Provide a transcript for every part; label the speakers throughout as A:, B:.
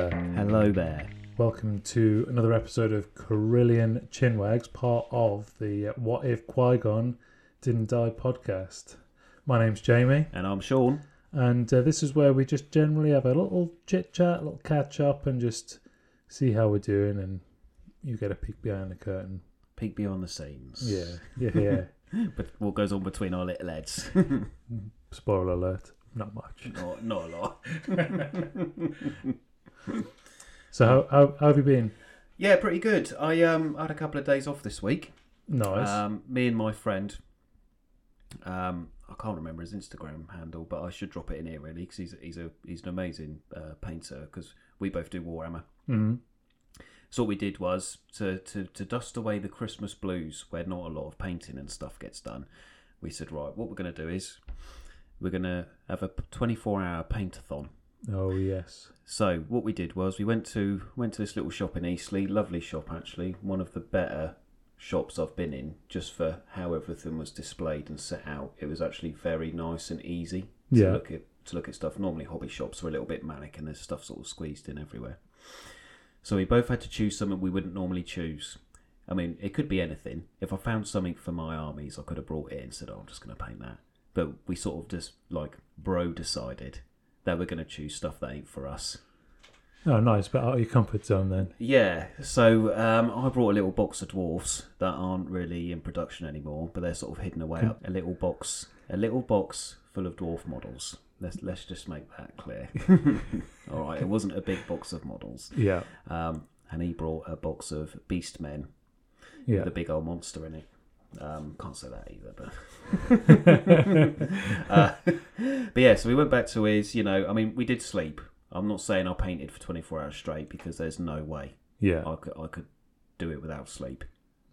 A: Hello there.
B: Welcome to another episode of Carillion Chinwags, part of the What If Qui Gon Didn't Die podcast. My name's Jamie,
A: And I'm Sean.
B: and uh, this is where we just generally have a little chit chat, a little catch up, and just see how we're doing. And you get a peek behind the curtain.
A: Peek beyond the scenes.
B: Yeah, yeah, yeah.
A: But what goes on between our little heads?
B: Spoiler alert, not much.
A: not, not a lot.
B: So, how, how, how have you been?
A: Yeah, pretty good. I um had a couple of days off this week.
B: Nice.
A: Um, me and my friend. Um, I can't remember his Instagram handle, but I should drop it in here really because he's he's a he's an amazing uh, painter because we both do Warhammer.
B: Mhm.
A: So what we did was to, to, to dust away the Christmas blues where not a lot of painting and stuff gets done. We said, right, what we're going to do is we're going to have a 24 hour paint-a-thon.
B: Oh, yes.
A: So what we did was we went to went to this little shop in Eastleigh, lovely shop actually, one of the better shops I've been in just for how everything was displayed and set out. It was actually very nice and easy to
B: Yeah.
A: look at to look at stuff. Normally hobby shops are a little bit manic and there's stuff sort of squeezed in everywhere. So we both had to choose something we wouldn't normally choose. I mean, it could be anything. If I found something for my armies, I could have brought it and said, "Oh, I'm just going to paint that." But we sort of just like bro decided that we're going to choose stuff that ain't for us.
B: Oh, nice. But out of your comfort zone then.
A: Yeah, so um, I brought a little box of dwarfs that aren't really in production anymore, but they're sort of hidden away. Up. A little box, a little box full of dwarf models. Let's let's just make that clear. All right, it wasn't a big box of models.
B: Yeah.
A: Um, and he brought a box of beast men
B: Yeah.
A: with a big old monster in it. Um, can't say that either, but uh, but yeah. So we went back to his. You know, I mean, we did sleep. I'm not saying I painted for 24 hours straight because there's no way.
B: Yeah.
A: I could, I could do it without sleep.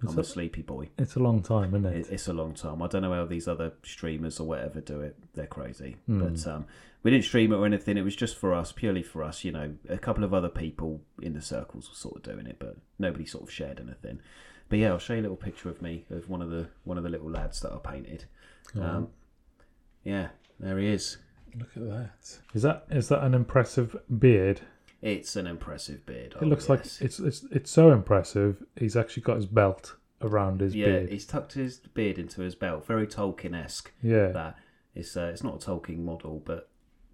B: It's
A: I'm a
B: a-
A: sleepy boy.
B: It's a long time, isn't it?
A: It, it's a long time. I don't know how these other streamers or whatever do it. They're crazy.
B: Mm.
A: But um, we didn't stream it or anything. It was just for us, purely for us. You know, a couple of other people in the circles were sort of doing it, but nobody sort of shared anything. But yeah, I'll show you a little picture of me of one of the one of the little lads that I painted. Um, yeah, there he is.
B: Look at that. Is that is that an impressive beard?
A: It's an impressive beard. Oh,
B: It looks like it's it's it's so impressive. He's actually got his belt around his
A: yeah,
B: beard.
A: he's tucked his beard into his belt. Very Tolkien esque.
B: yeah,
A: that it's uh, it's not a Tolkien model, but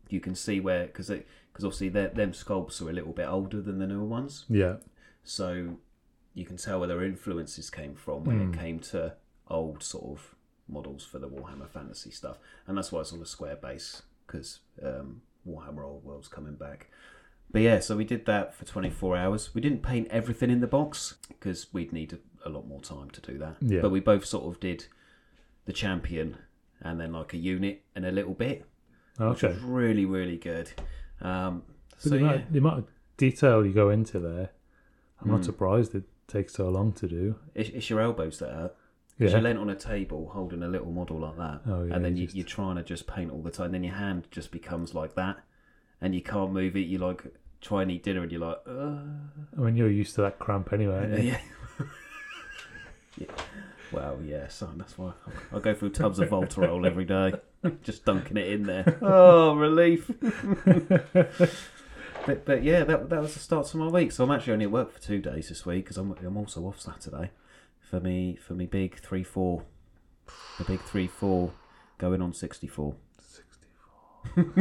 A: you can see where because because obviously their- them sculpts are a little bit older than the newer ones,
B: yeah,
A: so you can tell where their influences came from when
B: Hmm.
A: it came to old sort of models for the Warhammer Fantasy stuff, and that's why it's on a square base because um, Warhammer Old World's coming back. But yeah, so we did that for 24 hours. We didn't paint everything in the box because we'd need a, a lot more time to do that.
B: Yeah.
A: But we both sort of did the champion and then like a unit and a little bit, which
B: okay.
A: was really really good. Um,
B: But
A: so
B: the,
A: yeah, Hmm.
B: amount, the amount of detail you go into there, I'm not surprised it takes so long to do.
A: it's, it's your elbows that hurt. 'Cause
B: Yeah,
A: You're leant on a table holding a little model like that,
B: Oh, yeah,
A: and then
B: you
A: you,
B: just-
A: you're trying to just paint all the time. Then your hand just becomes like that, and you can't move it. You like try and eat dinner, and you're like, uh,
B: I mean you're used to that cramp anyway. aren't you?
A: yeah. yeah. Well, yeah, son. That's why I go through tubs of Voltarol every day, just dunking it in there. Oh, relief. but but yeah, that that was the start of my week. So I'm actually only at work for two days this week because I'm I'm also off Saturday for me for me big three four, the big three four going on sixty four.
B: Have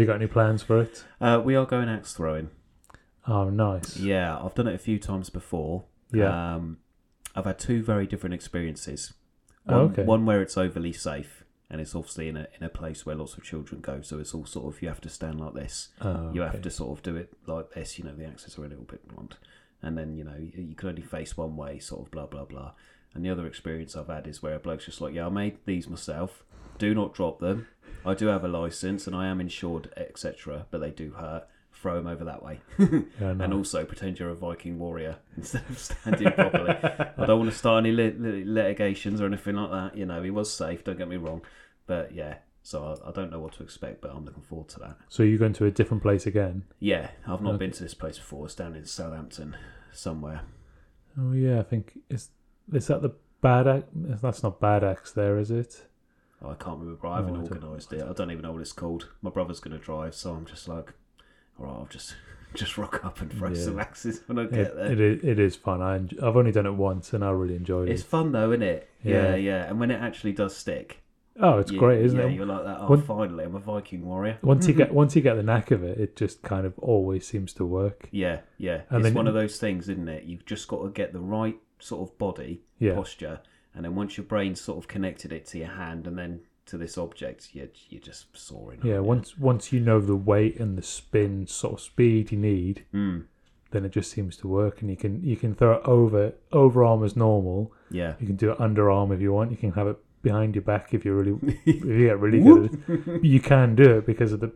B: you got any plans for it?
A: Uh, we are going axe throwing.
B: Oh, nice.
A: Yeah, I've done it a few times before.
B: Yeah.
A: Um, I've had two very different experiences.
B: Oh,
A: One
B: okay.
A: one where it's overly safe, and it's obviously in a, in a place where lots of children go, so it's all sort of you have to stand like this.
B: Oh,
A: Uh, You
B: okay.
A: have to sort of do it like this. You know, the axes are a little bit blunt, and then you know you, you can only face one way. Sort of blah blah blah. And the other experience I've had is where a bloke's just like, "Yeah, I made these myself. Do not drop them. I do have a license, and I am insured, etc. But they do hurt. Throw them over that way."
B: Yeah, no.
A: and also pretend you're a Viking warrior instead of standing properly. I don't want to start any lit- lit- litigations or anything like that. You know, he was safe. Don't get me wrong, but yeah. So I, I don't know what to expect, but I'm looking forward to that.
B: So you're going to a different place again?
A: Yeah, I've not been to this place before. It's down in Southampton somewhere.
B: Oh yeah, I think is is that the bad axe? That's not bad axe, there is it?
A: I can't remember. I
B: No,
A: haven't
B: I don't-
A: organised it. I don't even know what it's called. My brother's going to drive, so I'm just like, all right, I'll just just rock up and throw
B: Yeah.
A: some axes when I
B: It,
A: get there.
B: it, is, it is fun. I enj- I've only done it once and I really enjoyed
A: it's
B: it.
A: fun though, isn't it? Yeah. yeah,
B: Yeah.
A: And when it actually does stick,
B: Oh, it's
A: you-
B: great, isn't
A: yeah,
B: it?
A: You're like that. Oh,
B: One-
A: finally, I'm a Viking warrior.
B: Once you get once you get the knack of it, it just kind of always seems to work.
A: Yeah, yeah.
B: And
A: it's
B: then-
A: one of those things, isn't it? You've just got to get the right sort of body
B: Yeah.
A: posture, and then once your brain sort of connected it to your hand and then to this object, you you're just soaring.
B: Yeah, once once you know the weight and the spin sort of speed you need,
A: Mm,
B: then it just seems to work, and you can you can throw it over overarm as normal.
A: yeah.
B: You can do it underarm if you want. You can have it behind your back if you really if you get really good. at it. You can do it because of the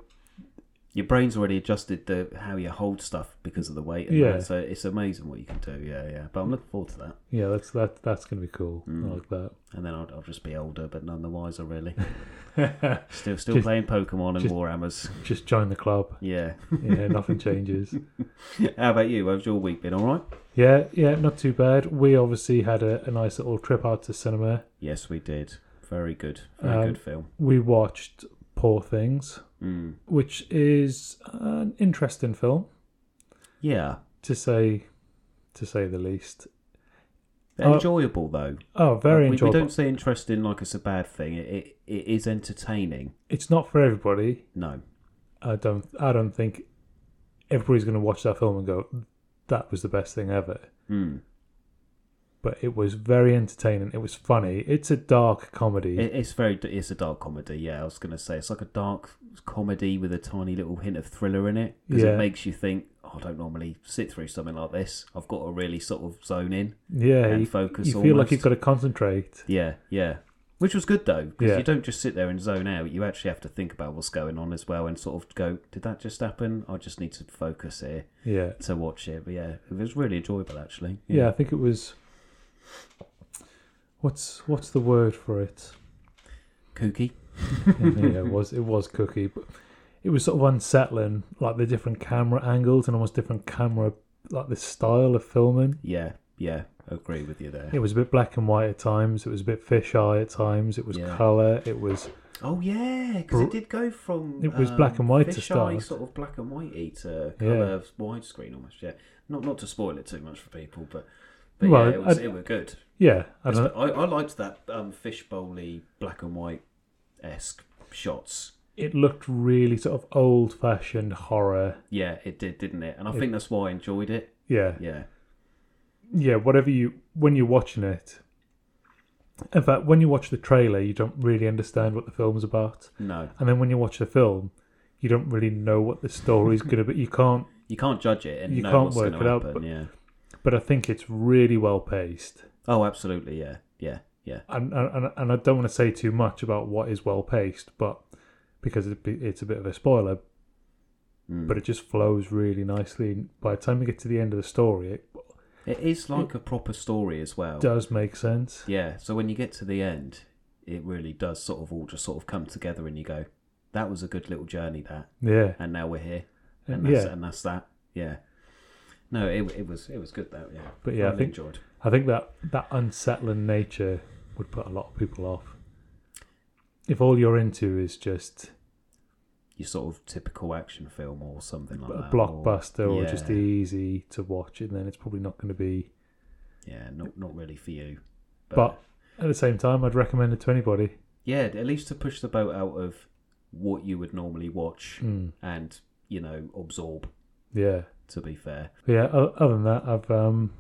A: Your brain's already adjusted the how you hold stuff because of the weight. And
B: Yeah.
A: that, so it's amazing what you can do. Yeah, yeah. But I'm looking forward to that.
B: yeah. That's that that's gonna be cool. I
A: Mm.
B: like that.
A: And then I'll, I'll just be older, but none the wiser, really. Still, still
B: Just-
A: playing Pokemon and
B: just-
A: Warhammers.
B: Just join the club.
A: Yeah.
B: Yeah, nothing changes.
A: How about you? How's your week been? All right.
B: Yeah, yeah, not too bad. We obviously had a, a nice little trip out to cinema.
A: Yes, we did. Very good. Very
B: Um,
A: good film.
B: We watched Poor Things,
A: Mm.
B: which is an interesting film
A: Yeah.
B: to say, to say the least. Uh,
A: Enjoyable though.
B: Oh, very
A: Like, Uh, we,
B: enjoyable.
A: We don't say interesting like it's a bad thing. It it, it is entertaining.
B: It's not for everybody.
A: No.
B: I don't. I don't think everybody's going to watch that film and go, "That was the best thing ever."
A: Mm.
B: But it was very entertaining. It was funny. It's a dark comedy.
A: It, it's very. It's a dark comedy. Yeah, I was going to say it's like a dark comedy with a tiny little hint of thriller in it because
B: Yeah.
A: it makes you think. Oh, I don't normally sit through something like this. I've got to really sort of zone in
B: yeah,
A: and
B: you,
A: focus.
B: you feel
A: almost.
B: like you've got to concentrate.
A: Yeah, yeah. Which was good though, because
B: Yeah.
A: you don't just sit there and zone out. You actually have to think about what's going on as well, and sort of go, "Did that just happen? I just need to focus here
B: Yeah.
A: to watch it." But yeah, it was really enjoyable actually.
B: yeah, I think it was. What's what's the word for it?
A: kooky.
B: yeah, it was it was cookie, but it was sort of unsettling, like the different camera angles and almost different camera, like the style of filming.
A: Yeah, yeah. Agree with you there.
B: It was a bit black and white at times. It was a bit fisheye at times. It was
A: Yeah.
B: color. It was
A: Oh yeah, because
B: Br-
A: it did go from um,
B: It was black and white to
A: fisheye
B: start.
A: sort of black and whitey to
B: Yeah.
A: colour widescreen almost. Yeah, not not to spoil it too much for people, but but
B: Well,
A: yeah, it was
B: I-
A: it were good.
B: yeah. I
A: I,
B: don't know.
A: I liked that um, fishbowly black and white esque shots.
B: It looked really sort of old fashioned horror.
A: Yeah, it did, didn't it? And I think that's why I enjoyed it.
B: Yeah,
A: Yeah,
B: yeah. Whatever you when you're watching it. In fact, when you watch the trailer, you don't really understand what the film's about.
A: no,
B: and then when you watch the film, you don't really know what the story's going to be. You can't,
A: you can't judge it and
B: You
A: know
B: can't
A: what's
B: work
A: going to
B: it out,
A: happen.
B: but-
A: Yeah.
B: but I think it's really well paced.
A: Oh, absolutely. Yeah, yeah, yeah.
B: And and, and- and I don't want to say too much about what is well paced, but because it, be- it's a bit of a spoiler,
A: Mm.
B: but it just flows really nicely. By the time you get to the end of the story, it
A: It is like a proper story as well.
B: does make sense.
A: Yeah. So when you get to the end, it really does sort of all just sort of come together, and you go, "That was a good little journey, that."
B: Yeah,
A: And now we're here, and
B: and
A: that's
B: yeah.
A: and that's that. Yeah. No, it, it was it was good that yeah.
B: But yeah, I
A: Thoroughly
B: think-
A: enjoyed.
B: I think that that unsettling nature would put a lot of people off. If all you're into is just
A: your sort of typical action film or something like
B: a
A: that.
B: blockbuster or
A: yeah,
B: just easy to watch, and then it's probably not going to be
A: yeah, not not really for you.
B: But at the same time, I'd recommend it to anybody.
A: yeah, at least to push the boat out of what you would normally watch
B: Mm.
A: and you know absorb.
B: Yeah,
A: To be fair,
B: but yeah. o- Other than that, I've um,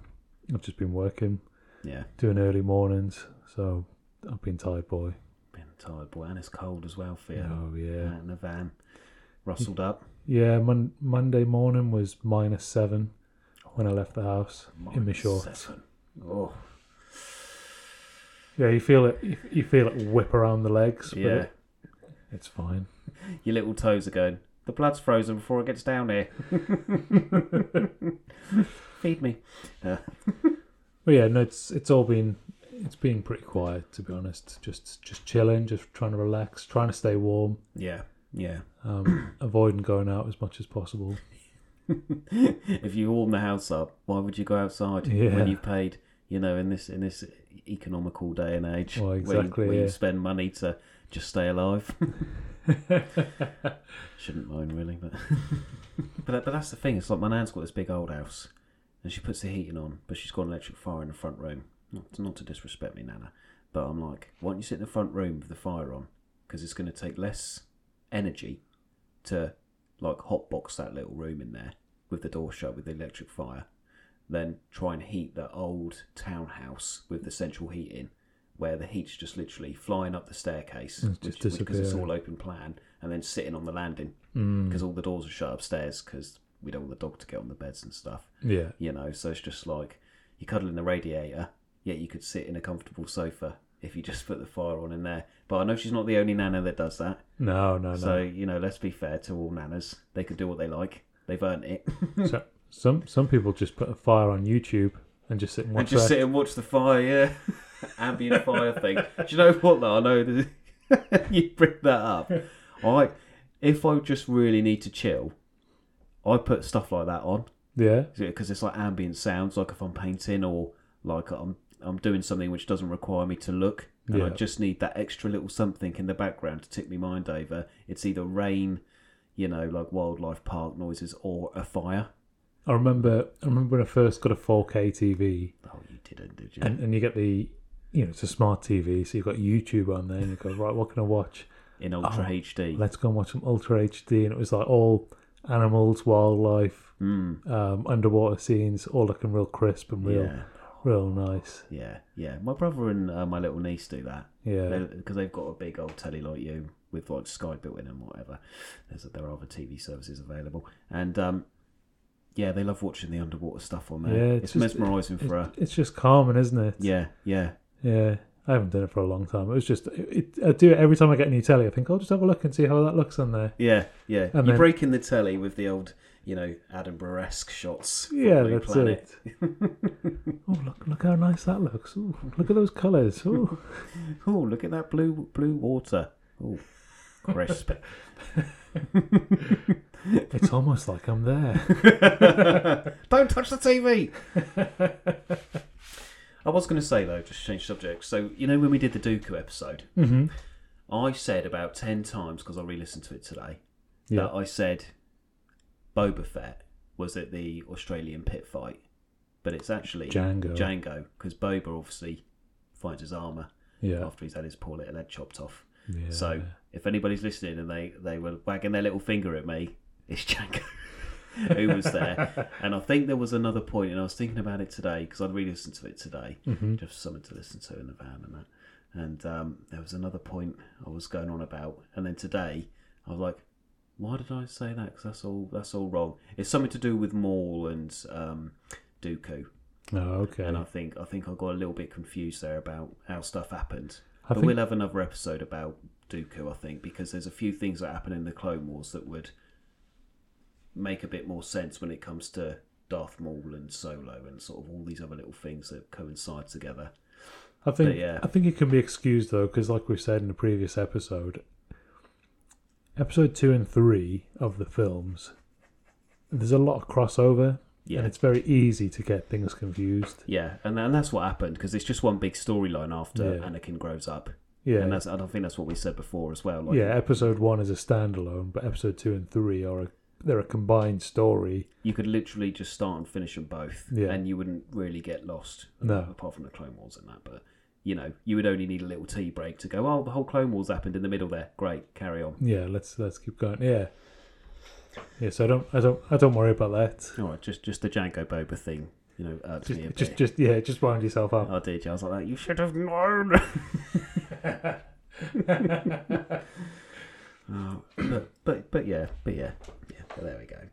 B: I've just been working,
A: yeah,
B: doing early mornings, so I've been tired, boy.
A: been tired, boy, and it's cold as well for you.
B: Oh yeah,
A: Out in the van, rustled up.
B: yeah. Mon- Monday morning was minus seven when I left the house in my
A: Minus
B: shorts.
A: seven. Oh,
B: Yeah, you feel it. you- You feel it whip around the legs. but
A: yeah.
B: it- it's fine.
A: Your little toes are going. The blood's frozen before it gets down here. Feed me.
B: But yeah, no, it's it's all been it's been pretty quiet to be honest. Just just chilling, just trying to relax, trying to stay warm,
A: Yeah, yeah.
B: um, avoiding going out as much as possible.
A: if you warm the house up, why would you go outside
B: Yeah.
A: when you've paid? You know, in this in this economical day and age,
B: Well,
A: where you-
B: exactly,
A: where, you,
B: yeah.
A: spend money to just stay alive. Shouldn't moan really, but but that, but that's the thing. It's like my nan's got this big old house, and she puts the heating on, but she's got an electric fire in the front room. Not not to disrespect me, Nana, but I'm like, why don't you sit in the front room with the fire on? Because it's going to take less energy to like hotbox that little room in there with the door shut with the electric fire than try and heat the old townhouse with the central heating where the heat's just literally flying up the staircase
B: It's
A: which-
B: just
A: which- because it's
B: disappearing.
A: all open plan and then sitting on the landing
B: Mm,
A: because all the doors are shut upstairs because we don't want the dog to get on the beds and stuff
B: yeah.
A: you know so it's just like you cuddle in the radiator yet you could sit in a comfortable sofa if you just put the fire on in there but i know she's not the only nana that does that
B: No, no, no.
A: so you know, let's be fair to all nanas. They can do what they like. They've earned it.
B: So- some some people just put a fire on YouTube and just sit and
A: and
B: watch
A: just
B: that.
A: sit and watch the fire, yeah. ambient fire thing. Do you know what? Though I know this you bring that up. I, if I just really need to chill, I put stuff like that on
B: Yeah,
A: because it's like ambient sounds. Like if I'm painting or like I'm I'm doing something which doesn't require me to look, and I
B: Yeah.
A: just need that extra little something in the background to tick me mind over. It's either rain, you know, like wildlife park noises, or a fire.
B: I remember. I remember when I first got a 4K TV,
A: Oh, you didn't, did you?
B: and, and you get the, you know, it's a smart TV, so you've got YouTube on there, and you go right, what can I watch?
A: In ultra HD.
B: Let's go and watch some Ultra HD, and it was like all animals, wildlife,
A: Hmm.
B: um, underwater scenes, all looking real crisp and real,
A: yeah,
B: real nice.
A: yeah, yeah. My brother and uh, my little niece do that.
B: Yeah,
A: because they've got a big old telly like you with like Sky built in and whatever. There's there are other TV services available, and um, yeah, they love watching the underwater stuff on there.
B: Yeah,
A: it's,
B: it's just-
A: mesmerising for
B: It-
A: a
B: it's just calming, isn't it?
A: yeah, yeah,
B: Yeah, I haven't done it for a long time. It was just it, it, I do it every time I get a new telly. I think I'll just have a look and see how that looks on there.
A: yeah, yeah.
B: And
A: You're
B: then-
A: breaking the telly with the old, you know, Attenborough-esque shots. from
B: Yeah,
A: Blue
B: that's
A: Planet.
B: it. oh, look! Look how nice that looks. Ooh, look at those colours. Ooh.
A: Oh, look at that blue blue water. Oh, crisp.
B: it's almost like I'm there.
A: Don't touch the TV. I was going to say though, just change subject. So you know when we did the Dooku episode,
B: Mm-hmm.
A: I said about ten times because I re-listened to it today
B: Yeah.
A: that I said Boba Fett was at the Australian pit fight, but it's actually
B: Django.
A: Django because Boba obviously finds his armor
B: yeah.
A: after he's had his poor little head chopped off.
B: yeah.
A: So if anybody's listening and they, they were wagging their little finger at me, it's Django who was there. and I think there was another point, and I was thinking about it today because I'd re listened to it today,
B: Mhm.
A: just something to listen to in the van and that. And um, there was another point I was going on about, and then today I was like, why did I say that? Because that's all that's all wrong. It's something to do with Maul and um, Dooku,
B: Oh, okay.
A: and I think I think I got a little bit confused there about how stuff happened.
B: I
A: But
B: think
A: we'll have another episode about Dooku, I think, because there's a few things that happen in the Clone Wars that would make a bit more sense when it comes to Darth Maul and Solo and sort of all these other little things that coincide together.
B: I think
A: yeah.
B: I think it can be excused though, because like we said in the previous episode, episode two and three of the films, there's a lot of crossover,
A: Yeah.
B: and it's very easy to get things confused.
A: Yeah, and and that's what happened because it's just one big storyline after
B: Yeah.
A: Anakin grows up,
B: Yeah,
A: and that's I don't think that's what we said before as well. Like,
B: yeah. Episode one is a standalone, but episode two and three are a, they're a combined story.
A: you could literally just start and finish them both,
B: Yeah.
A: and you wouldn't really get lost.
B: No.
A: apart from the Clone Wars and that, but you know, you would only need a little tea break to go. Oh, the whole Clone Wars happened in the middle there. Great, carry on.
B: Yeah, let's let's keep going. Yeah, yeah. So I don't I don't I don't worry about that.
A: All right, just just the Django Boba thing, you know, irked
B: Just
A: me a bit.
B: just, just yeah, just wind yourself up.
A: I Oh, did. yeah, I was like, that. you should have known. Oh, but, but but yeah, but yeah, yeah. But there we go. That,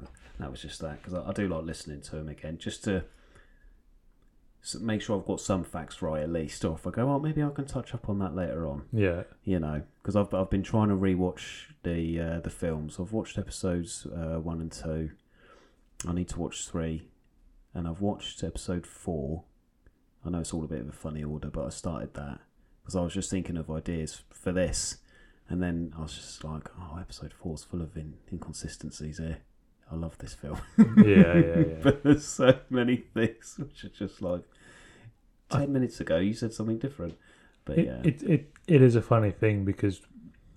A: that, that was just that because I, I do like listening to him again, just to s- make sure I've got some facts right at least. Or if I go, oh, maybe I can touch up on that later on.
B: Yeah,
A: you know, because I've I've been trying to rewatch the uh, the films. I've watched episodes uh, one and two. I need to watch three, and I've watched episode four. I know it's all a bit of a funny order, but I started that because I was just thinking of ideas for this, and then I was just like, "Oh, episode four's full of in- inconsistencies here." I love this film,
B: yeah, yeah, yeah.
A: but there's so many things which are just like ten minutes ago you said something different, But
B: It,
A: yeah,
B: it, it, it is a funny thing because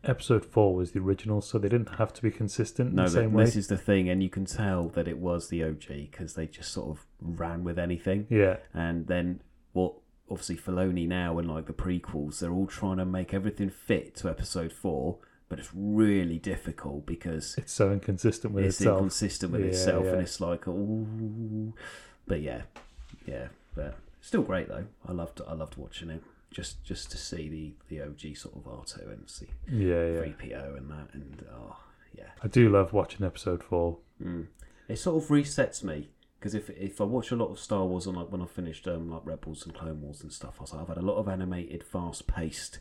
B: episode four was the original, so they didn't have to be consistent in
A: no,
B: the
A: but
B: same way.
A: this is the thing, and you can tell that it was the OG because they just sort of ran with anything.
B: Yeah,
A: And then what? Obviously, Filoni now and like the prequels, they're all trying to make everything fit to episode four, but it's really difficult because
B: it's so inconsistent with
A: it's
B: itself.
A: inconsistent with
B: Yeah,
A: itself,
B: yeah.
A: and it's like, ooh. But yeah, yeah, but still great though. I loved, I loved watching it just just to see the the OG sort of Arto and see
B: yeah, yeah.
A: three PO and that, and oh yeah,
B: I do love watching episode four.
A: mm. it sort of resets me because if if I watch a lot of Star Wars and like when I finished um, like Rebels and Clone Wars and stuff, I was like, I've had a lot of animated, fast paced,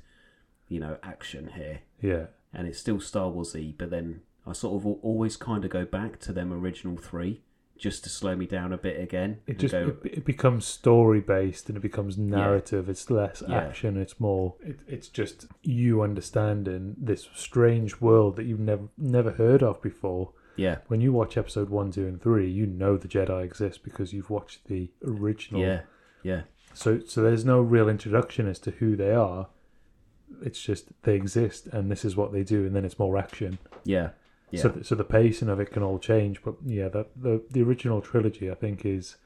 A: you know, action here
B: Yeah,
A: and it's still Star Warsy, but then I sort of al- always kind of go back to them original three just to slow me down a bit again.
B: it
A: and
B: just
A: go,
B: it, it becomes story based and it becomes narrative. It's less
A: Yeah.
B: action. It's more. It, it's just you understanding this strange world that you've never never heard of before.
A: yeah,
B: When you watch episode one, two, and three, you know the Jedi exist because you've watched the original.
A: yeah, yeah,
B: So so there's no real introduction as to who they are. It's just they exist and this is what they do, and then it's more action.
A: yeah, yeah,
B: So th- so the pacing of it can all change. But yeah, the the, the original trilogy I think is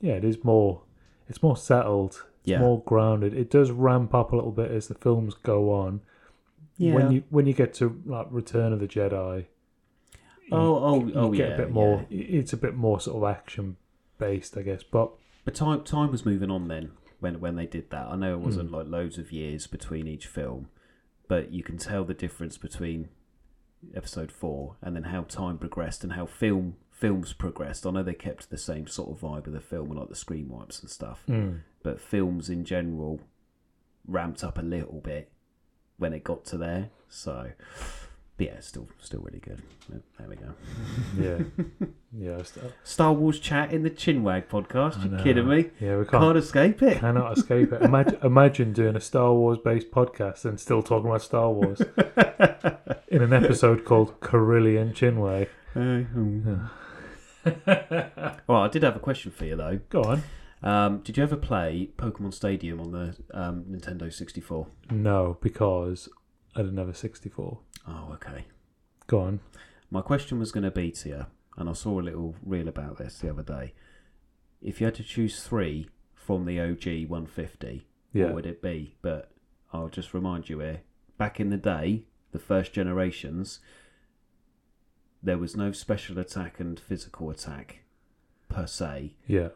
B: yeah it is more it's more settled. It's
A: Yeah.
B: more grounded. It does ramp up a little bit as the films go on.
A: yeah.
B: When you when you get to like Return of the Jedi,
A: oh, oh,
B: you
A: oh,
B: get
A: yeah,
B: a bit
A: yeah.
B: more. It's a bit more sort of action based, I guess. But
A: But time time was moving on then when when they did that. I know it
B: Hmm.
A: wasn't like loads of years between each film, but you can tell the difference between episode four and then how time progressed and how film films progressed. I know they kept the same sort of vibe of the film and like the screen wipes and stuff,
B: mm,
A: but films in general ramped up a little bit when it got to there. So. But yeah, it's still still really good. There we go.
B: yeah, yeah, I st-
A: Star Wars chat in the Chinwag podcast.
B: I
A: You
B: know.
A: kidding me?
B: Yeah, we can't
A: Can't escape it.
B: cannot escape it. Imagine, imagine doing a Star Wars based podcast and still talking about Star Wars in an episode called Carillion Chinway.
A: Well, hmm. I did have a question for you though.
B: Go on.
A: Um, did you ever play Pokemon Stadium on the um, Nintendo 64?
B: No, because I didn't have a 64.
A: Oh, okay.
B: Go on.
A: My question was going to be to you, and I saw a little reel about this the other day. If you had to choose three from the OG 150,
B: Yeah.
A: what would it be? But I'll just remind you here. Back in the day, the first generations, there was no special attack and physical attack per se.
B: Yeah.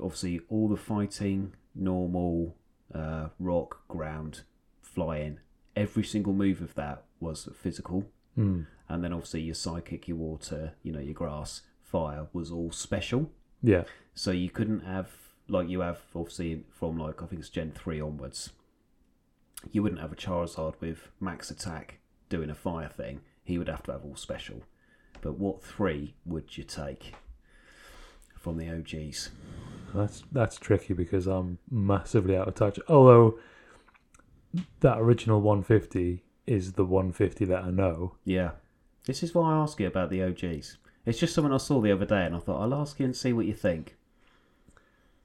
A: obviously all the fighting, normal, uh, rock, ground, flying, every single move of that was physical.
B: Mm.
A: And then obviously your psychic, your water, you know, your grass, fire was all special.
B: Yeah.
A: So you couldn't have like you have obviously from like I think it's Gen three onwards. You wouldn't have a Charizard with max attack doing a fire thing. He would have to have all special. But what three would you take from the OGs?
B: That's that's tricky because I'm massively out of touch. Although that original 150 is the 150 that I know.
A: Yeah. This is why I ask you about the OGs. It's just something I saw the other day and I thought I'll ask you and see what you think.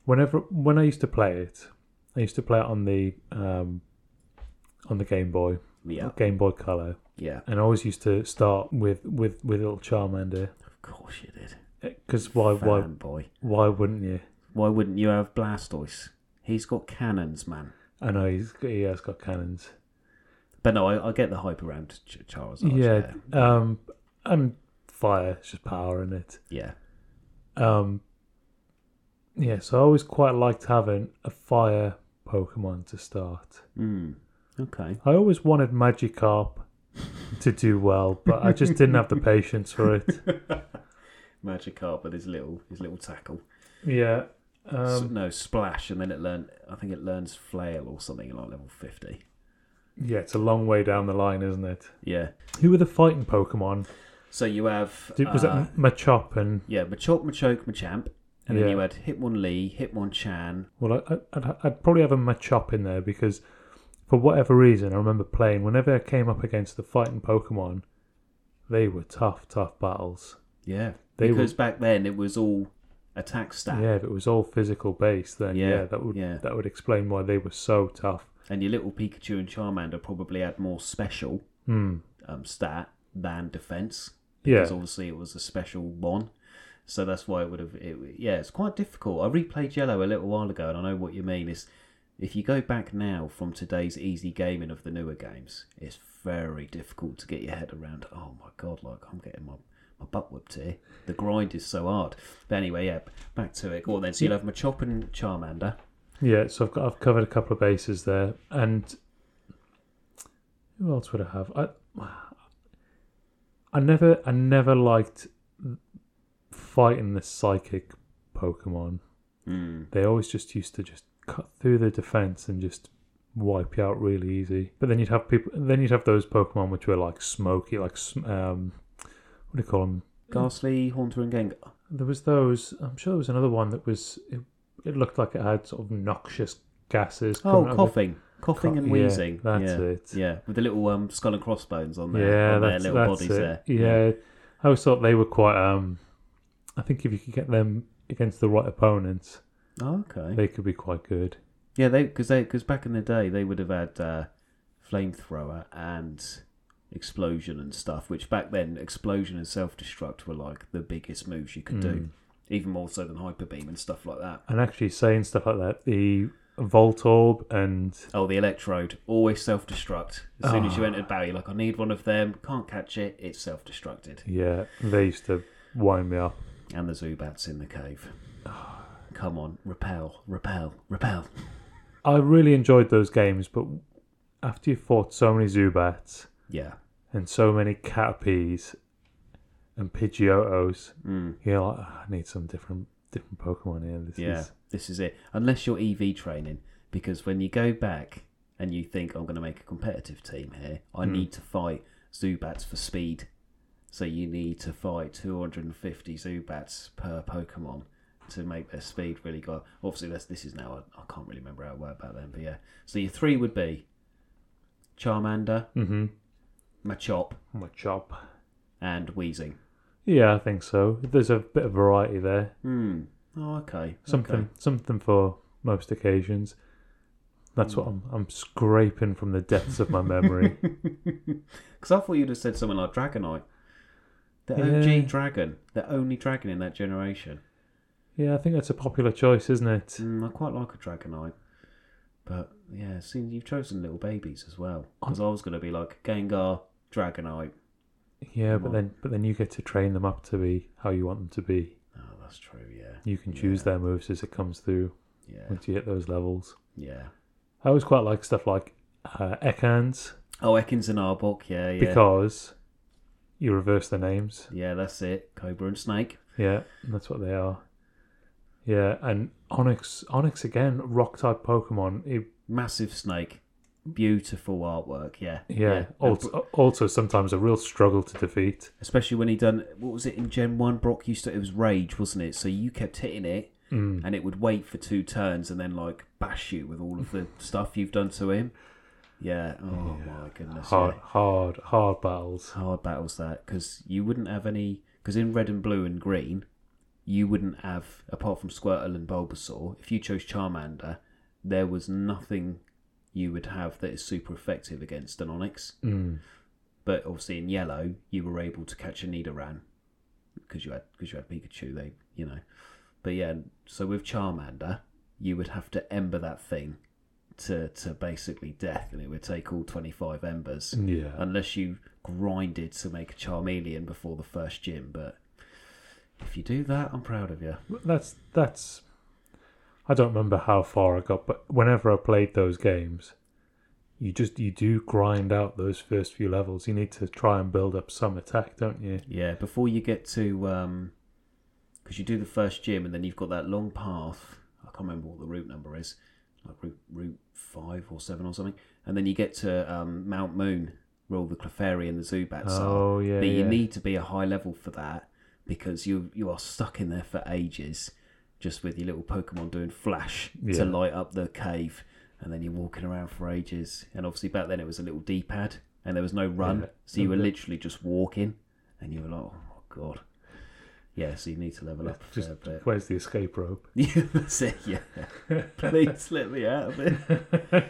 B: whenever when I used to play it, I used to play it on the um, on the Game Boy,
A: Yeah.
B: Game Boy Color,
A: Yeah.
B: and I always used to start with with with little Charmander
A: Of course you did.
B: because why why
A: Fanboy.
B: why wouldn't you?
A: Why wouldn't you have Blastoise? He's got cannons, man.
B: I know he's got, he has got cannons.
A: But no, I, I get the hype around Ch- Charizard.
B: yeah, um, and fire, it's just power in it.
A: Yeah.
B: Um, yeah, so I always quite liked having a fire Pokemon to start.
A: Mm. Okay.
B: I always wanted Magikarp to do well, but I just didn't have the patience for it.
A: Magikarp with his little his little tackle.
B: Yeah.
A: S-
B: Um,
A: no, splash and then it learn I think it learns flail or something at like level fifty.
B: yeah, it's a long way down the line, isn't it?
A: Yeah.
B: Who were the fighting Pokemon?
A: So you have
B: Did, was
A: uh,
B: it Machop and
A: Yeah, Machop, Machoke, Machamp. And then
B: Yeah.
A: you had Hitmonlee, Hitmonchan.
B: well, I, I'd, I'd probably have a Machop in there because for whatever reason, I remember playing whenever I came up against the fighting Pokemon, they were tough, tough battles.
A: Yeah.
B: They
A: because back then it was all attack stat.
B: Yeah, if it was all physical based, then yeah,
A: Yeah,
B: that would
A: yeah.
B: that would explain why they were so tough.
A: and your little Pikachu and Charmander probably had more special
B: Hmm.
A: um, stat than defense
B: Yeah.
A: because obviously it was a special one. So that's why it would have. It, yeah, it's quite difficult. I replayed Yellow a little while ago, and I know what you mean. Is if you go back now from today's easy gaming of the newer games, it's very difficult to get your head around. Oh my god, like I'm getting my my butt whipped here. The grind is so hard. But anyway, yeah, back to it. Go on then. So you'll have Machop and Charmander.
B: Yeah, so I've got I've covered a couple of bases there, and who else would I have? I I never I never liked fighting the psychic Pokemon.
A: Mm.
B: They always just used to just cut through the defense and just wipe you out really easy. But then you'd have people, then you'd have those Pokemon which were like smoky, like sm- um, what do you call them?
A: Ghastly, Haunter, and Gengar.
B: There was those. I'm sure there was another one that was. It, it looked like it had sort of noxious gases.
A: Oh,
B: coming out of it.
A: coughing, coughing and
B: yeah,
A: wheezing.
B: that's
A: yeah.
B: it.
A: Yeah, with the little um, skull and crossbones on their,
B: Yeah,
A: on their
B: that's,
A: little
B: that's
A: bodies
B: it.
A: there.
B: Yeah. I always thought they were quite. um I think if you could get them against the right opponents,
A: Oh, okay.
B: they could be quite good.
A: Yeah, they because they because back in the day they would have had uh, flamethrower and explosion and stuff. Which back then explosion and self destruct were like the biggest moves you could
B: Mm.
A: do, even more so than hyper beam and stuff like that.
B: And actually, saying stuff like that, the Voltorb and
A: Oh, the electrode always self destruct as soon as
B: Ah.
A: you entered Barry. Like I need one of them, can't catch it. It's self destructed.
B: yeah, they used to wind me up.
A: And the Zubats in the cave.
B: Ah.
A: Come on, repel, repel, repel.
B: I really enjoyed those games, but after you fought so many Zubats
A: Yeah.
B: and so many Caterpies and Pidgeotos,
A: Mm.
B: you're like, "Ah, I need some different different Pokemon here. This
A: Yeah,
B: is
A: this is it. Unless you're EV training, because when you go back and you think I'm going to make a competitive team here, I
B: Hmm.
A: need to fight Zubats for speed. So you need to fight 250 Zubats per Pokemon to make their speed really go. Obviously, this this is now I, I can't really remember how it worked back then, but yeah. So your three would be Charmander,
B: mm-hmm.
A: Machop,
B: my chop.
A: and Weezing.
B: Yeah, I think so. There's a bit of variety there.
A: Hmm. Oh, okay.
B: Something
A: okay.
B: something for most occasions. That's what I'm I'm scraping from the depths of my memory.
A: Because I thought you'd have said something like Dragonite. The
B: Yeah.
A: OG dragon. The only dragon in that generation.
B: yeah, I think that's a popular choice, isn't it?
A: Mm, I quite like a Dragonite. But yeah, see, you've chosen little babies as well.
B: Oh.
A: Because I was going to be like Gengar, Dragonite.
B: Yeah,
A: Come
B: but
A: on.
B: then but then you get to train them up to be how you want them to be.
A: Oh, that's true, yeah.
B: You can choose
A: Yeah.
B: their moves as it comes through
A: Yeah.
B: once you hit those levels.
A: Yeah.
B: I always quite like stuff like uh, Ekans
A: Oh, Ekans and Arbok, yeah, yeah.
B: because you reverse the names.
A: Yeah, that's it. Cobra and Snake.
B: Yeah, and that's what they are. Yeah, and Onyx, Onyx again, rock type Pokemon. It,
A: Massive Snake. Beautiful artwork, yeah.
B: yeah,
A: And
B: Also, also sometimes a real struggle to defeat.
A: especially when he done what was it in Gen One? Brock used to it was Rage, wasn't it? So you kept hitting it,
B: Mm.
A: and it would wait for two turns and then like bash you with all of the stuff you've done to him. Yeah. Oh my goodness.
B: Hard,
A: yeah.
B: hard, hard battles.
A: Hard battles that because you wouldn't have any because in Red and Blue and Green, you wouldn't have apart from Squirtle and Bulbasaur. If you chose Charmander, there was nothing you would have that is super effective against an Onyx.
B: Mm.
A: But obviously in yellow, you were able to catch a Nidoran because you had because you had Pikachu. They, you know, but yeah. So with Charmander, you would have to ember that thing to to basically death, and it would take all twenty five embers
B: Yeah,
A: unless you grinded to make a Charmeleon before the first gym. But if you do that, I'm proud of you.
B: that's that's. I don't remember how far I got, but whenever I played those games, you just you do grind out those first few levels. You need to try and build up some attack, don't you?
A: Yeah, before you get to, um 'cause because you do the first gym and then you've got that long path. I can't remember what the route number is, like route route five or seven or something. And then you get to um, Mount Moon, where all the Clefairy and the Zubats are.
B: Oh yeah,
A: But you
B: yeah.
A: need to be a high level for that because you you are stuck in there for ages, just with your little Pokemon doing flash
B: Yeah.
A: to light up the cave, and then you're walking around for ages. And obviously back then it was a little D pad, and there was no run,
B: Yeah.
A: so you were
B: And the-
A: literally just walking, and you were like, oh my god, yeah. So you need to level up a
B: just
A: fair bit.
B: where's the escape rope?
A: Yeah, that's it. Yeah, please let me out of it.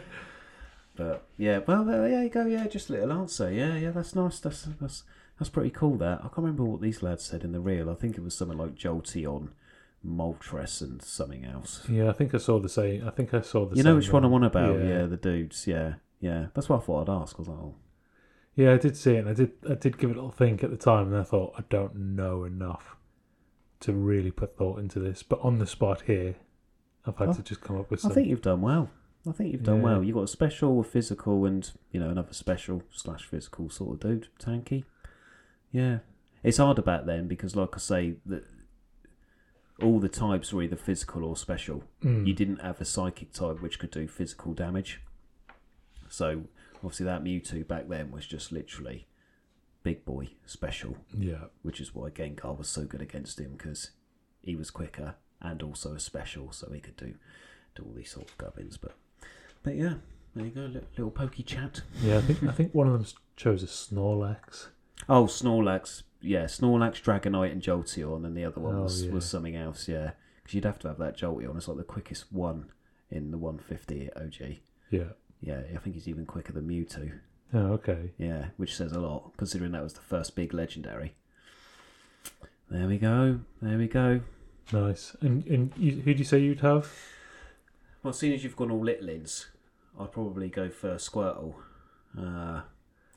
A: But yeah, well, there, there you go. Yeah, just a little answer. Yeah, yeah, that's nice. That's that's that's pretty cool. That I can't remember what these lads said in the reel. I think it was something like jolty on Moltres and something else.
B: Yeah, I think I saw the same. I think I saw the.
A: you know
B: same
A: which one I'm on about?
B: Yeah.
A: Yeah. the dudes. Yeah, yeah. That's what I thought I'd ask. I was like, oh,
B: Yeah, I did see it. And I did. I did give it a little think at the time, and I thought I don't know enough to really put thought into this. But on the spot here, I've had
A: Oh,
B: to just come up with
A: I
B: something.
A: think you've done well. I think you've done
B: Yeah.
A: well. You got a special, a physical, and you know another special slash physical sort of dude, tanky. Yeah, it's hard about them because, like I say, the, all the types were either physical or special.
B: Mm.
A: You didn't have a psychic type which could do physical damage. So obviously that Mewtwo back then was just literally big boy special
B: Yeah,
A: which is why Gengar was so good against him because he was quicker and also a special, so he could do do all these sort of gubbins. But but yeah, there you go, little, little pokey chat.
B: yeah. I think I think one of them chose a Snorlax.
A: Oh, Snorlax, yeah, Snorlax, Dragonite, and Jolteon, and the other one
B: Oh,
A: was,
B: yeah.
A: was something else, yeah, because you'd have to have that Jolteon. It's like the quickest one in the 150 at OG.
B: Yeah.
A: Yeah, I think he's even quicker than Mewtwo.
B: Oh, okay.
A: Yeah, which says a lot considering that was the first big legendary. There we go. There we go.
B: Nice. And and you, who do you say you'd have?
A: Well, seeing as you've gone all Littlins, I'd probably go for Squirtle. Uh,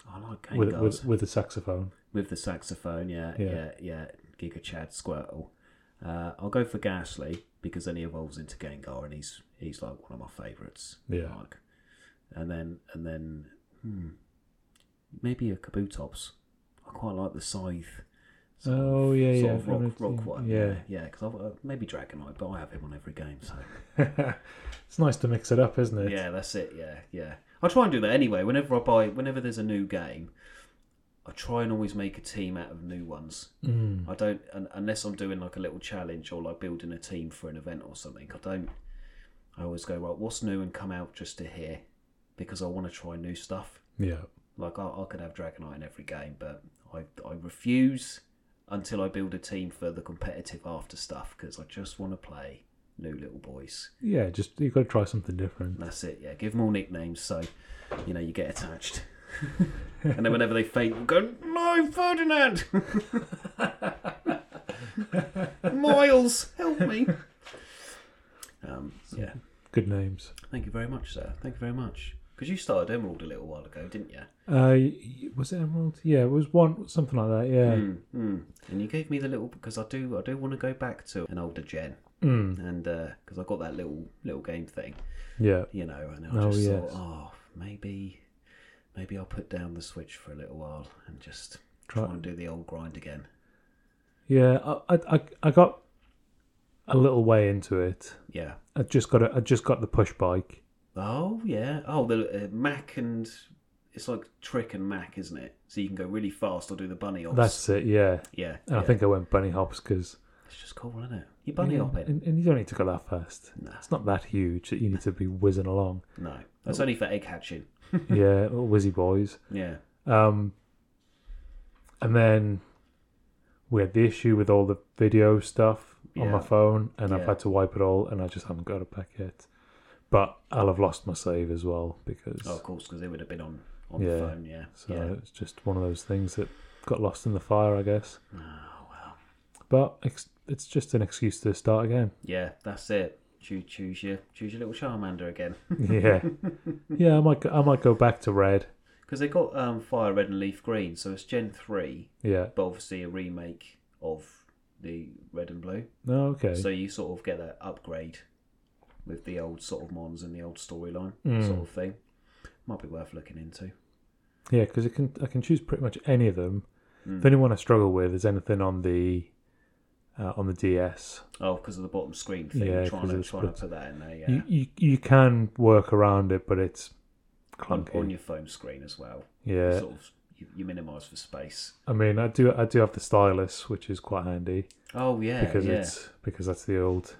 A: I like Gengar
B: with,
A: with,
B: with with the saxophone.
A: the saxophone, yeah,
B: Yeah.
A: yeah, yeah, Giga Chad Squirtle. Uh, I'll go for Ghastly because then he evolves into Gengar and he's he's like one of my favourites.
B: Yeah.
A: Like. And then and then hmm, maybe a Kabutops. I quite like the scythe. sort of-
B: Oh yeah,
A: sort
B: yeah.
A: of rock,
B: I'm
A: rock
B: gonna-
A: one, yeah, yeah. Because I've uh, maybe Dragonite, but I have him on every game, so.
B: yeah. it's nice to mix it up, isn't it?
A: Yeah, that's it. Yeah, yeah. I try and do that anyway. Whenever I buy, whenever there's a new game, I try and always make a team out of new ones.
B: Mm.
A: I don't un unless I'm doing like a little challenge or like building a team for an event or something. I don't. I always go right. What's new and come out just to hear, because I want to try new stuff.
B: Yeah.
A: Like I, I could have Dragonite in every game, but I I refuse until I build a team for the competitive after stuff because I just want to play new little boys.
B: Yeah. Just you've got to try something different.
A: That's it, yeah. Give them all nicknames so you know you get attached. and then whenever they faint, you go, No, Ferdinand! Miles, help me! Um, yeah.
B: Good names.
A: Thank you very much, sir. Thank you very much. Because you started Emerald a little while ago, didn't you?
B: Uh, y- was it Emerald? Yeah, it was one something like that. Yeah.
A: Mm, mm. And you gave me the little because I do I do want to go back to an older gen
B: Mm.
A: and because I got that little little game thing
B: Yeah.
A: you know, and I
B: Oh,
A: just
B: yes.
A: thought, oh, maybe, maybe I'll put down the Switch for a little while and just
B: Try-
A: try, and do the old grind again.
B: Yeah. I, I I I got a little way into it.
A: Yeah.
B: I just got a, I just got the push bike.
A: Oh yeah. Oh, the uh, Mac and it's like Trick and Mac, isn't it? So you can go really fast or do the bunny hops.
B: That's it. Yeah.
A: yeah.
B: And I
A: yeah.
B: think I went bunny hops because
A: it's just cool, isn't it? You bunny hopping.
B: and, and you don't need to go that fast.
A: Nah,
B: It's not that huge that you need to be whizzing along.
A: no, that's only for egg hatching.
B: yeah, little whizzy boys.
A: Yeah.
B: Um, and then we had the issue with all the video stuff on my
A: Yeah.
B: phone, and I've
A: Yeah.
B: had to wipe it all, and I just haven't got it back yet. But I'll have lost my save as well because
A: Oh, of course, because it would have been on on
B: Yeah.
A: the phone. Yeah.
B: so
A: yeah.
B: it's just one of those things that got lost in the fire, I guess.
A: Oh well.
B: But ex- it's just an excuse to start again.
A: Yeah, that's it. Choose, choose your choose your little Charmander again.
B: yeah, yeah. I might go, I might go back to red.
A: Because they got um, Fire Red and Leaf Green, so it's Gen 3,
B: Yeah.
A: but obviously a remake of the Red and Blue.
B: No. Okay.
A: So you sort of get that upgrade with the old sort of Mons and the old storyline
B: Mm.
A: sort of thing. Might be worth looking into.
B: Yeah, because I can I can choose pretty much any of them.
A: Hmm.
B: The only one I struggle with is anything on the uh, on the DS.
A: Oh, because of the bottom screen thing,
B: Yeah, 'cause
A: trying, to,
B: it's
A: trying to
B: split-
A: put that in there, yeah.
B: You, you you can work around it, but it's
A: on, on
B: clunky.
A: your phone screen as well.
B: Yeah,
A: Sort of, you, you minimise for space.
B: I mean, I do I do have the stylus, which is quite handy
A: Oh, yeah,
B: because
A: yeah.
B: it's because that's the old.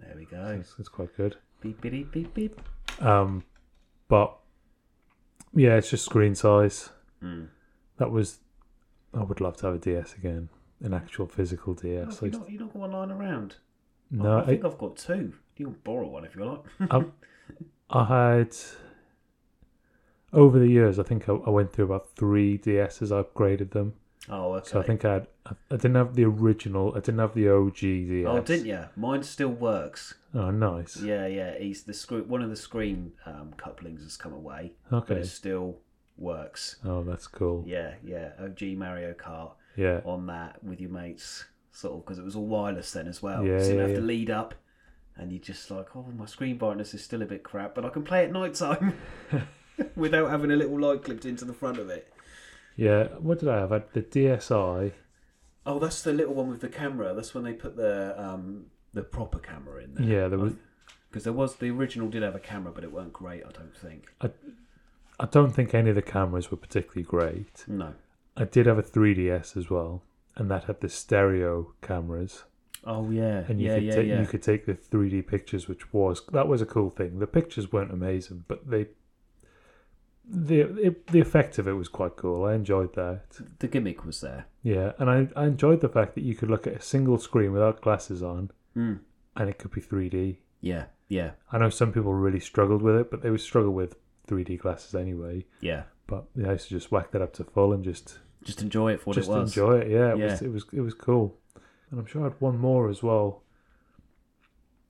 A: There we go.
B: It's, it's quite good.
A: Beep, beep, beep, beep.
B: Um, but yeah, it's just screen size.
A: Mm.
B: That was. I would love to have a DS again, an actual physical DS.
A: Oh, you're,
B: I-
A: not, you're not going lying around.
B: no,
A: Oh, I
B: I,
A: think I've got two. You can borrow one if you like.
B: I had over the years, I think I, I went through about three DSs. I upgraded them,
A: Oh, okay.
B: so I think I had, I I didn't have the original. I didn't have the OG DS.
A: Oh, didn't you? Mine still works.
B: Oh, nice.
A: Yeah, yeah. He's the screw. One of the screen um, couplings has come away, but
B: okay.
A: it still works.
B: Oh, that's cool.
A: Yeah, Oh. yeah. OG Mario Kart
B: Yeah.
A: on that with your mates, sort of, because it was all wireless then as well.
B: Yeah,
A: so you
B: yeah,
A: have to
B: yeah.
A: lead up, and you're just like, oh, my screen brightness is still a bit crap, but I can play at night time without having a little light clipped into the front of it.
B: Yeah. What did I have? I had the DSi.
A: Oh, that's the little one with the camera. That's when they put the um, the proper camera in there.
B: Yeah, there was.
A: Because there was the original did have a camera, but it weren't great. I don't think.
B: I don't think any of the cameras were particularly great.
A: No.
B: I did have a 3DS as well, and that had the stereo cameras,
A: Oh yeah.
B: and you
A: yeah
B: could
A: yeah
B: take
A: yeah.
B: you could take the 3D pictures, which was that was a cool thing. The pictures weren't amazing, but they the it, the effect of it was quite cool. I enjoyed that.
A: The gimmick was there.
B: Yeah, and I I enjoyed the fact that you could look at a single screen without glasses on,
A: Mm.
B: and it could be 3D.
A: Yeah yeah
B: I know some people really struggled with it, but they would struggle with 3D glasses anyway.
A: yeah.
B: But yeah, I used to just whack that up to full and just
A: Just enjoy it for what
B: just
A: it was.
B: enjoy it. Yeah, it
A: Yeah.
B: was it was it was cool. And I'm sure I had one more as well.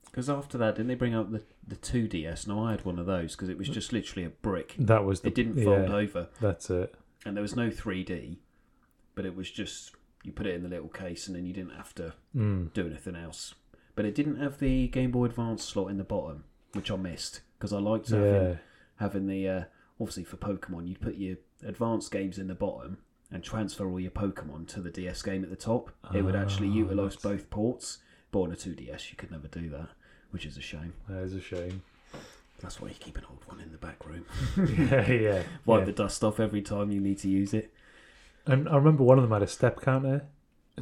A: Because after that, didn't they bring out the the two DS? Now I had one of those because it was just literally a brick.
B: That was the
A: It didn't
B: yeah,
A: fold over,
B: That's it.
A: and there was no 3D, but it was just you put it in the little case, and then you didn't have to
B: Mm.
A: do anything else. But it didn't have the Game Boy Advance slot in the bottom, which I missed because I liked having
B: Yeah,
A: having the uh, obviously for Pokemon, you'd put your advanced games in the bottom and transfer all your Pokemon to the DS game at the top. it would actually
B: Ah,
A: utilize
B: that's-
A: both ports, but on a 2DS, you could never do that, which is a shame.
B: that is a shame.
A: That's why you keep an old one in the back room,
B: yeah, yeah.
A: wipe
B: yeah.
A: the dust off every time you need to use it.
B: And I remember one of them had a step counter.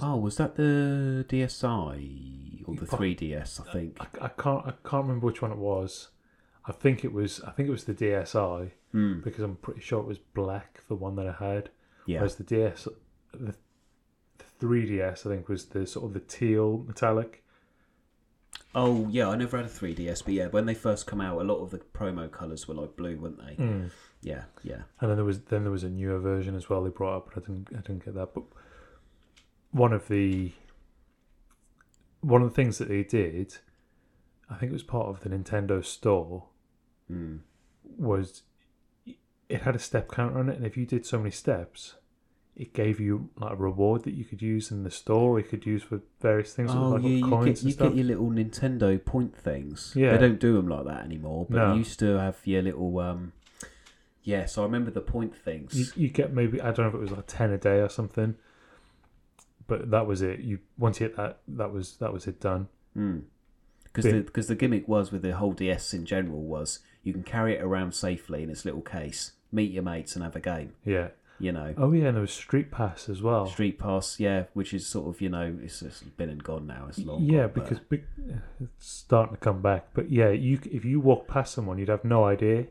A: Oh, was that the DSi or the
B: Fuck.
A: 3DS? I think.
B: I, I can't I can't remember which one it was. I think it was I think it was the DSi
A: Hmm.
B: because I'm pretty sure it was black the one that I had.
A: Yeah,
B: Whereas the DS, the, the 3DS, I think was the sort of the teal metallic.
A: Oh yeah, I never had a 3DS, but yeah, when they first come out, a lot of the promo colours were like blue, weren't
B: Hmm.
A: they? Yeah, yeah.
B: And then there was then there was a newer version as well they brought up, but I didn't I didn't get that. But one of the one of the things that they did, I think it was part of the Nintendo store,
A: Mm.
B: was it had a step counter on it, and if you did so many steps, it gave you like a reward that you could use in the store. Or you could use for various things,
A: Oh
B: like
A: yeah, you
B: coins
A: get
B: and
A: you
B: stuff.
A: get your little Nintendo point things.
B: Yeah.
A: they don't do them like that anymore. But
B: No.
A: you used to have your little um. Yeah, so I remember the point
B: you,
A: things.
B: you get maybe I don't know if it was like ten a day or something, but that was it. You once you hit that, that was that was it done.
A: Because
B: Yeah.
A: Hmm. the because the gimmick was with the whole DS in general was you can carry it around safely in its little case, meet your mates and have a game.
B: Yeah.
A: You know,
B: Oh yeah, and there was Street Pass as well.
A: Street Pass, yeah, which is sort of you know it's, it's been and gone now. It's long.
B: yeah,
A: gone, but-
B: because big, it's starting to come back. But yeah, you c- if you walk past someone, you'd have no idea.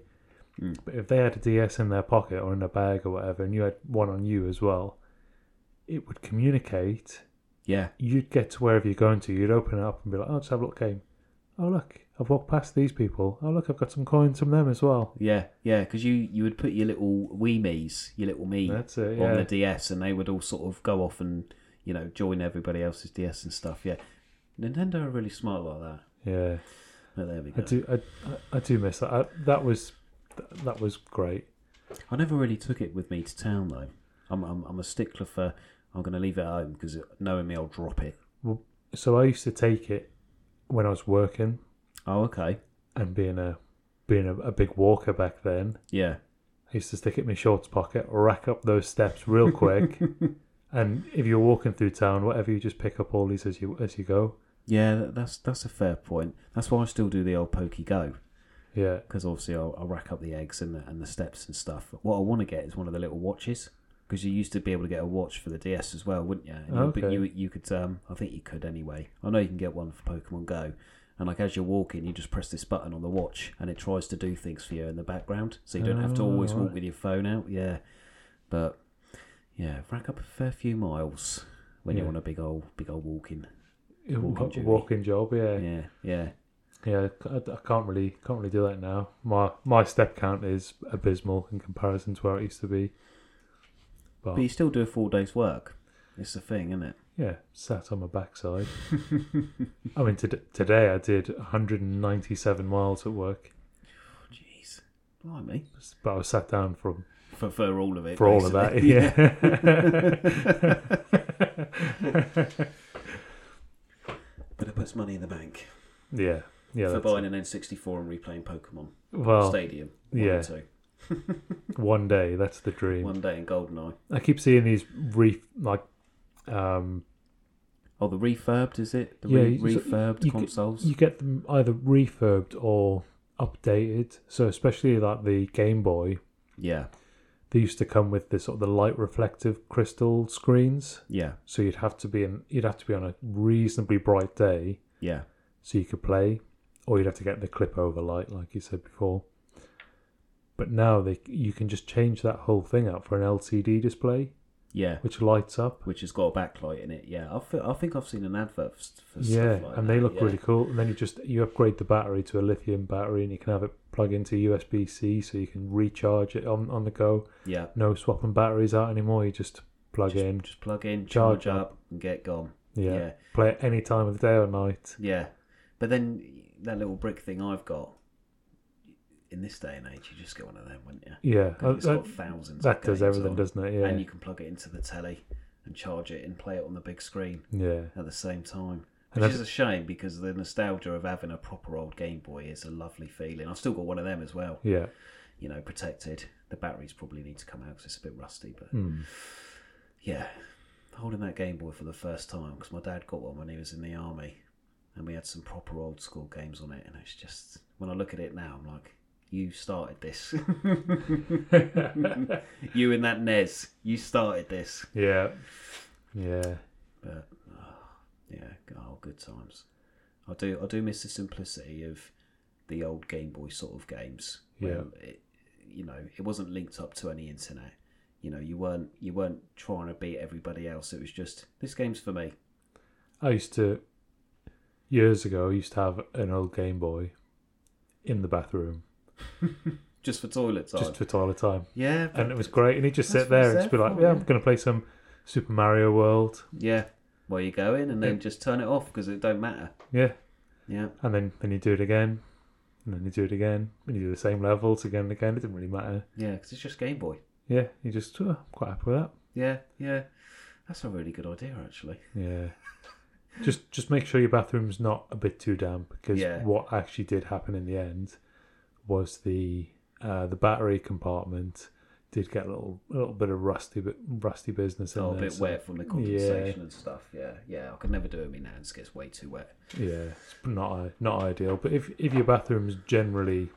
A: Mm.
B: But if they had a DS in their pocket or in a bag or whatever, and you had one on you as well, it would communicate.
A: yeah,
B: You'd get to wherever you're going to. You'd open it up and be like, "Oh, let's have a look game. Oh look, I've walked past these people. Oh look, I've got some coins from them as well."
A: yeah, yeah, because you you would put your little Wii's, your little me,
B: That's it.
A: on the
B: Yeah.
A: DS, and they would all sort of go off and you know join everybody else's DS and stuff. Yeah, Nintendo are really smart like that.
B: yeah.
A: But there we
B: I
A: go.
B: do. I, I- I do miss that. I, that was th- that was great.
A: I never really took it with me to town though. I'm I'm, I'm a stickler for I'm going to leave it at home because knowing me, I'll drop it.
B: So I used to take it when I was working
A: Oh, okay.
B: and being a being a, a big walker back then.
A: Yeah,
B: I used to stick it in my shorts pocket, rack up those steps real quick, and if you're walking through town, whatever, you just pick up all these as you as you go.
A: yeah. that- That's that's a fair point. That's why I still do the old pokey go
B: Yeah.
A: because obviously I'll, I'll rack up the eggs and the, and the steps and stuff. What I want to get is one of the little watches because you used to be able to get a watch for the DS as well, wouldn't you? And you But
B: Okay.
A: you you could um I think you could anyway. I know you can get one for Pokemon Go. And like as you're walking, you just press this button on the watch, and it tries to do things for you in the background, so you don't have to
B: Oh,
A: always walk
B: right.
A: with your phone out. Yeah, but yeah, rack up a fair few miles when
B: Yeah.
A: you're on a big old big old walking.
B: Walking,
A: duty.
B: walking job. Yeah.
A: Yeah, yeah.
B: Yeah, I, I can't really can't really do that now. My my step count is abysmal in comparison to where it used to be. But
A: But you still do a full day's work. It's the thing, isn't it?
B: yeah, sat on my backside. I mean, to, today I did 197 miles at work,
A: Jeez. Blimey.
B: but I was sat down from
A: For, for all of it.
B: for all of that.
A: basically.
B: Yeah.
A: But it puts money in the bank
B: yeah. Yeah.
A: for
B: that's-
A: buying an N64 and replaying Pokemon
B: well,
A: Stadium. One
B: yeah.
A: and two.
B: one day that's the dream.
A: One day in GoldenEye.
B: I keep seeing these re like um
A: Oh, the refurbed, is it? The
B: Yeah,
A: re-
B: you- so
A: refurbed
B: you-
A: consoles?
B: you get them either refurbed or updated. So especially like the Game Boy,
A: yeah.
B: they used to come with the sort of the light reflective crystal screens.
A: Yeah.
B: So you'd have to be in you'd have to be on a reasonably bright day
A: Yeah.
B: so you could play, or you'd have to get the clip over light, like you said before. But now they you can just change that whole thing out for an LCD display,
A: Yeah.
B: which lights up.
A: Which has got a backlight in it. Yeah. I, feel, I think I've seen an advert for, for
B: yeah,
A: stuff like
B: and
A: that.
B: they look
A: yeah.
B: really cool. And then you just you upgrade the battery to a lithium battery, and you can have it plug into USB C, so you can recharge it on on the go.
A: Yeah.
B: No swapping batteries out anymore. You just plug in,
A: Just plug in,
B: Charge
A: charge up, and get gone.
B: yeah.
A: yeah.
B: play at any time of the day or night.
A: Yeah, but then that little brick thing I've got in this day and age, you just get one of them, wouldn't you?
B: Yeah,
A: And it's
B: Uh,
A: got
B: that,
A: thousands.
B: that
A: of
B: does
A: games
B: everything,
A: on,
B: doesn't it? Yeah,
A: And you can plug it into the telly and charge it and play it on the big screen
B: yeah.
A: at the same time.
B: And
A: Which
B: that's-
A: is a shame because the nostalgia of having a proper old Game Boy is a lovely feeling. I've still got one of them as well.
B: Yeah.
A: You know, protected. The batteries probably need to come out 'cause it's a bit rusty, but
B: Mm.
A: yeah, holding that Game Boy for the first time because my dad got one when he was in the army, and we had some proper old school games on it, and it's just when I look at it now, I'm like, you started this, you and that Nez, you started this,
B: Yeah. Yeah.
A: but oh, yeah, oh, good times. I do, I do miss the simplicity of the old Game Boy sort of games. where it, you know, it wasn't linked up to any internet. You know, you weren't you weren't trying to beat everybody else. It was just this game's for me.
B: I used to years ago I used to have an old Game Boy in the bathroom
A: just for toilet time.
B: just for toilet time.
A: yeah,
B: And it was great and he'd just
A: That's
B: sit
A: what
B: there
A: it's
B: and just be
A: there
B: like,
A: for,
B: Yeah,
A: yeah.
B: I'm gonna play some Super Mario World.
A: yeah. Where you go in and then
B: Yeah.
A: just turn it off because it don't matter.
B: Yeah.
A: Yeah,
B: And then, then you do it again. And then you do it again. And you do the same levels again and again. It didn't really matter.
A: yeah, because it's just Game Boy.
B: Yeah, you just oh, I'm quite happy with that.
A: Yeah, yeah. That's a really good idea, actually.
B: Yeah. just just make sure your bathroom's not a bit too damp because
A: Yeah.
B: what actually did happen in the end was the uh, the battery compartment did get a little a little bit of rusty bit rusty business in
A: Oh, a
B: there.
A: bit
B: so-
A: wet from the condensation and stuff. Yeah, yeah. I could never do it. My nan's gets way too wet.
B: Yeah, it's not i- not ideal. But if if your bathroom's generally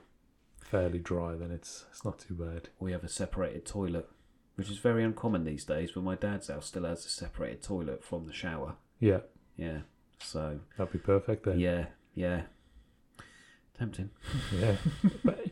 B: fairly dry, then it's it's not too bad.
A: We have a separated toilet, which is very uncommon these days. But my dad's house still has a separated toilet from the shower.
B: Yeah,
A: Yeah. So
B: that'd be perfect then.
A: yeah, yeah. Tempting.
B: Yeah. but,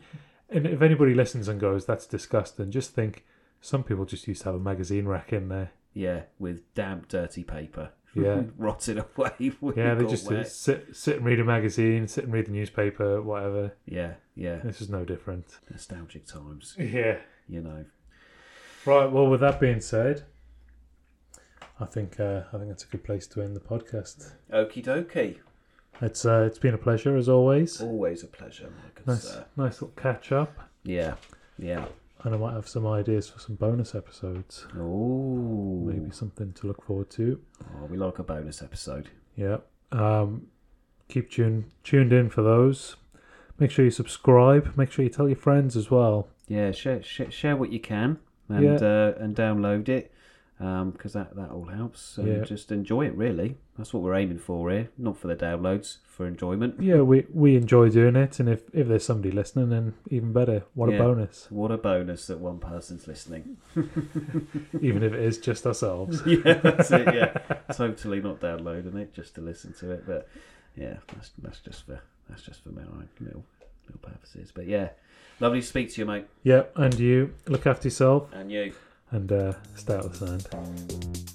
B: and if anybody listens and goes, that's disgusting, just think some people just used to have a magazine rack in there.
A: Yeah, with damp, dirty paper.
B: Yeah.
A: rotted away. when
B: Yeah,
A: it
B: they
A: got
B: just
A: wet.
B: sit sit and read a magazine, sit and read the newspaper, whatever.
A: Yeah, yeah.
B: This is no different.
A: Nostalgic times,
B: Yeah.
A: you know.
B: Right. Well, with that being said, I think uh, I think that's a good place to end the podcast.
A: Okie dokie.
B: It's uh, it's been a pleasure as always.
A: Always a pleasure, my good
B: Nice,
A: sir.
B: nice little catch up,
A: Yeah, yeah.
B: and I might have some ideas for some bonus episodes.
A: Ooh.
B: Maybe something to look forward to.
A: Oh, we like a bonus episode.
B: Yeah. Um, keep tuned tuned in for those. Make sure you subscribe. Make sure you tell your friends as well.
A: Yeah, share, share, share what you can and uh, and download it because that, that all helps. And
B: Yeah.
A: just enjoy it, really. That's what we're aiming for here. Not for the downloads, for enjoyment.
B: yeah, we we enjoy doing it, and if if there's somebody listening, then even better. What a
A: Yeah.
B: bonus!
A: What a bonus that one person's listening.
B: even if it is just ourselves.
A: yeah, that's it. Yeah, totally not downloading it just to listen to it, but yeah, that's that's just for that's just for my own little little purposes. But yeah, lovely to speak to you, mate,
B: Yep, and you look after yourself
A: and you.
B: and uh, stay out of the sand.